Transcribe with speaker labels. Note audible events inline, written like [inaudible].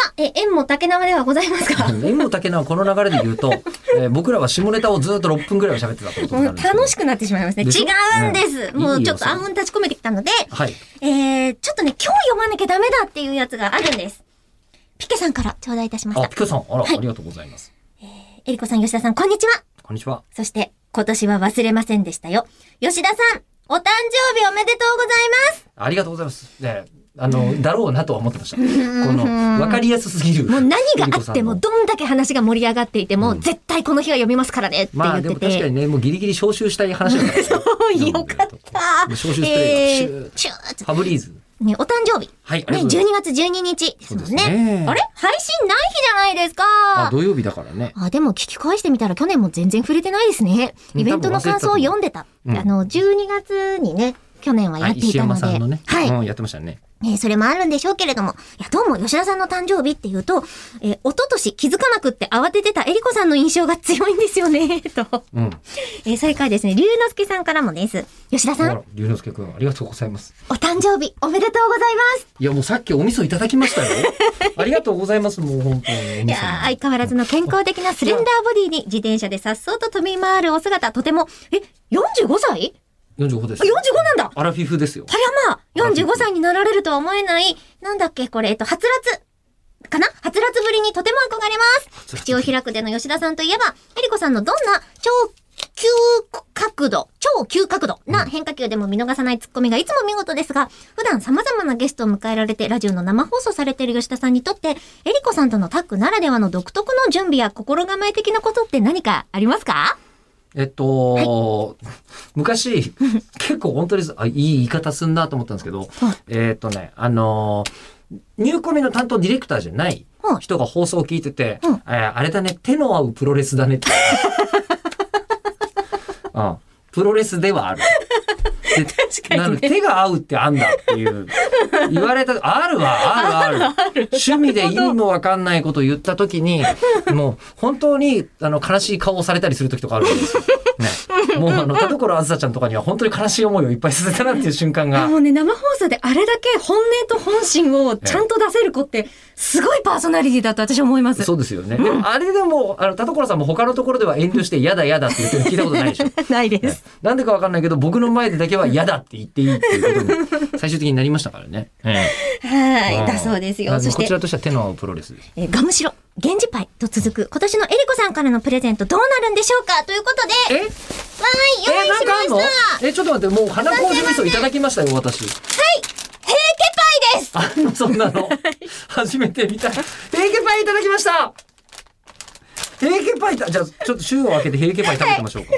Speaker 1: あ、え、縁も竹縄ではございます
Speaker 2: [laughs]
Speaker 1: か
Speaker 2: 縁も竹縄この流れで言うと、えー僕らは下ネタをずっと6分ぐらいは喋ってたってこと
Speaker 1: も
Speaker 2: に
Speaker 1: う
Speaker 2: なるんですけど
Speaker 1: 楽しくなってしまいますね。違
Speaker 2: でしょ
Speaker 1: うんです、
Speaker 2: うん
Speaker 1: もう
Speaker 2: いい
Speaker 1: ち
Speaker 2: よ
Speaker 1: ょっと暗雲立ち込めてきたので、
Speaker 2: はい
Speaker 1: えー、ちょっとね、今日読まなきゃダメだっていうやつがあるんです。ピケさんから頂戴いたしまし
Speaker 2: あ
Speaker 1: た。
Speaker 2: ピカさんあら、
Speaker 1: はい
Speaker 2: ありがとうございます
Speaker 1: えりこさん、吉田さん、こんにちは。
Speaker 2: こんにちは
Speaker 1: そして、今年は忘れませんでしたよ。吉田さん、お誕生日おめでとうございます。
Speaker 2: ありがとうございますねあのだろうなとは思ってましたこ
Speaker 1: ん
Speaker 2: の分かりやすすぎる
Speaker 1: もう何が
Speaker 2: えり
Speaker 1: あ
Speaker 2: こ
Speaker 1: っ
Speaker 2: さ
Speaker 1: て
Speaker 2: んの
Speaker 1: も、どんだけ話が盛り上がっていても、
Speaker 2: うん
Speaker 1: 絶対この日は読みますからねって言
Speaker 2: ま
Speaker 1: って
Speaker 2: あ
Speaker 1: て。
Speaker 2: でも確かにねもうギリギリ招集したい話だからね
Speaker 1: そう [laughs] よかっ
Speaker 2: も
Speaker 1: た。
Speaker 2: う消臭スプレーが
Speaker 1: えーシューッと
Speaker 2: ファブリーズ
Speaker 1: ね、お誕生日。
Speaker 2: はいあり
Speaker 1: ね、
Speaker 2: がとうござい
Speaker 1: 12月12日ですもん
Speaker 2: そうです
Speaker 1: ね
Speaker 2: ね。
Speaker 1: あれ配信ない日じゃないですか。
Speaker 2: あ土曜日だからね
Speaker 1: あ、でも聞き返してみたら去年も全然触れてないですね。
Speaker 2: うん
Speaker 1: イベントの感想を読んでた。
Speaker 2: 多分忘れてた
Speaker 1: あの、
Speaker 2: と思ううん
Speaker 1: 12月にね、去年はや
Speaker 2: は
Speaker 1: っ
Speaker 2: い
Speaker 1: てい
Speaker 2: 石
Speaker 1: たの
Speaker 2: 山
Speaker 1: で。
Speaker 2: さんのね、
Speaker 1: はい、
Speaker 2: うん、やってましたね
Speaker 1: えーそれもあるんでしょうけれども。いや、どうも吉田さんの誕生日っていうと、えー、おととし気づかなくって慌ててたえりこさんの印象が強いんですよね、 [laughs] と。
Speaker 2: うん
Speaker 1: えーそれからですね、龍之介さんからもです。吉田
Speaker 2: あ
Speaker 1: さん
Speaker 2: ら、龍之介くんありがとうございます
Speaker 1: お誕生日おめでとうございます。
Speaker 2: いやもうさっきお味噌いただき
Speaker 1: [laughs]
Speaker 2: ましたよありがとうございますもう本当にお味噌
Speaker 1: いやー相変わらずの健康的なスレンダーボディに自転車で颯爽と飛び回るお姿、とても、え、45歳
Speaker 2: 45です
Speaker 1: あ45なんだ
Speaker 2: アラフィフですよ
Speaker 1: はやまあ、45歳になられるとは思えない、なんだっけ、これ、えっと、はつらつ、かなはつらつぶりにとても憧れます。口を開くでの吉田さんといえば、えりこさんのどんな超急角度、超急角度な変化球でも見逃さないツッコミがいつも見事ですが、普段様々なゲストを迎えられてラジオの生放送されている吉田さんにとって、えりこさんとのタッグならではの独特の準備や心構え的なことって何かありますか
Speaker 2: えっと、昔、結構本当にあ、いい言い方すんなと思ったんですけど、えっとね、あのー、ニューコミの担当ディレクターじゃない
Speaker 1: はい
Speaker 2: 人が放送を聞いてて、
Speaker 1: うん
Speaker 2: えーあれだね、手の合うプロレスだ
Speaker 1: [laughs]
Speaker 2: ねって。うん、プロレスではある。で
Speaker 1: かにね
Speaker 2: なので手が合うってあんだっていう言われたあるわあるある趣味で意味もわかんないことを言った時にもう本当にあの悲しい顔をされたりする時とかあるんですよ。ね、もうあの田所あずさちゃんとかには本当に悲しい思いをいっぱいさせたなっていう瞬間
Speaker 1: [laughs]
Speaker 2: が
Speaker 1: もうね、生放送であれだけ本音と本心をちゃんと出せる子って、すごいパーソナリティだと私は思います。
Speaker 2: そうですよね。でもあれでもあの田所さんも他のところでは遠慮して嫌だ嫌だって言ってるの聞いたことないでしょ。
Speaker 1: ない [laughs] です。
Speaker 2: なんでかわかんないけど僕の前でだけは嫌だって言っていいっていうことに最終的になりましたからね。え
Speaker 1: [laughs]
Speaker 2: え
Speaker 1: はい、
Speaker 2: うん
Speaker 1: だそうです
Speaker 2: な
Speaker 1: よ。
Speaker 2: ので
Speaker 1: そし
Speaker 2: こち
Speaker 1: て、
Speaker 2: らとしては手のプロレスです。
Speaker 1: えーガムシロ、源氏パイと続く、今年のエリコさんからのプレゼントどうなるんでしょうかということで、
Speaker 2: え
Speaker 1: わーい、用意しま
Speaker 2: あん
Speaker 1: した
Speaker 2: えちょっと待ってもう花麹味噌いただきましたよ私。
Speaker 1: 平家パイです
Speaker 2: あのそんなの初めて見た。平家パイいただきました。平家パイたじゃあちょっと週を開けて平家パイ食べてみましょうか。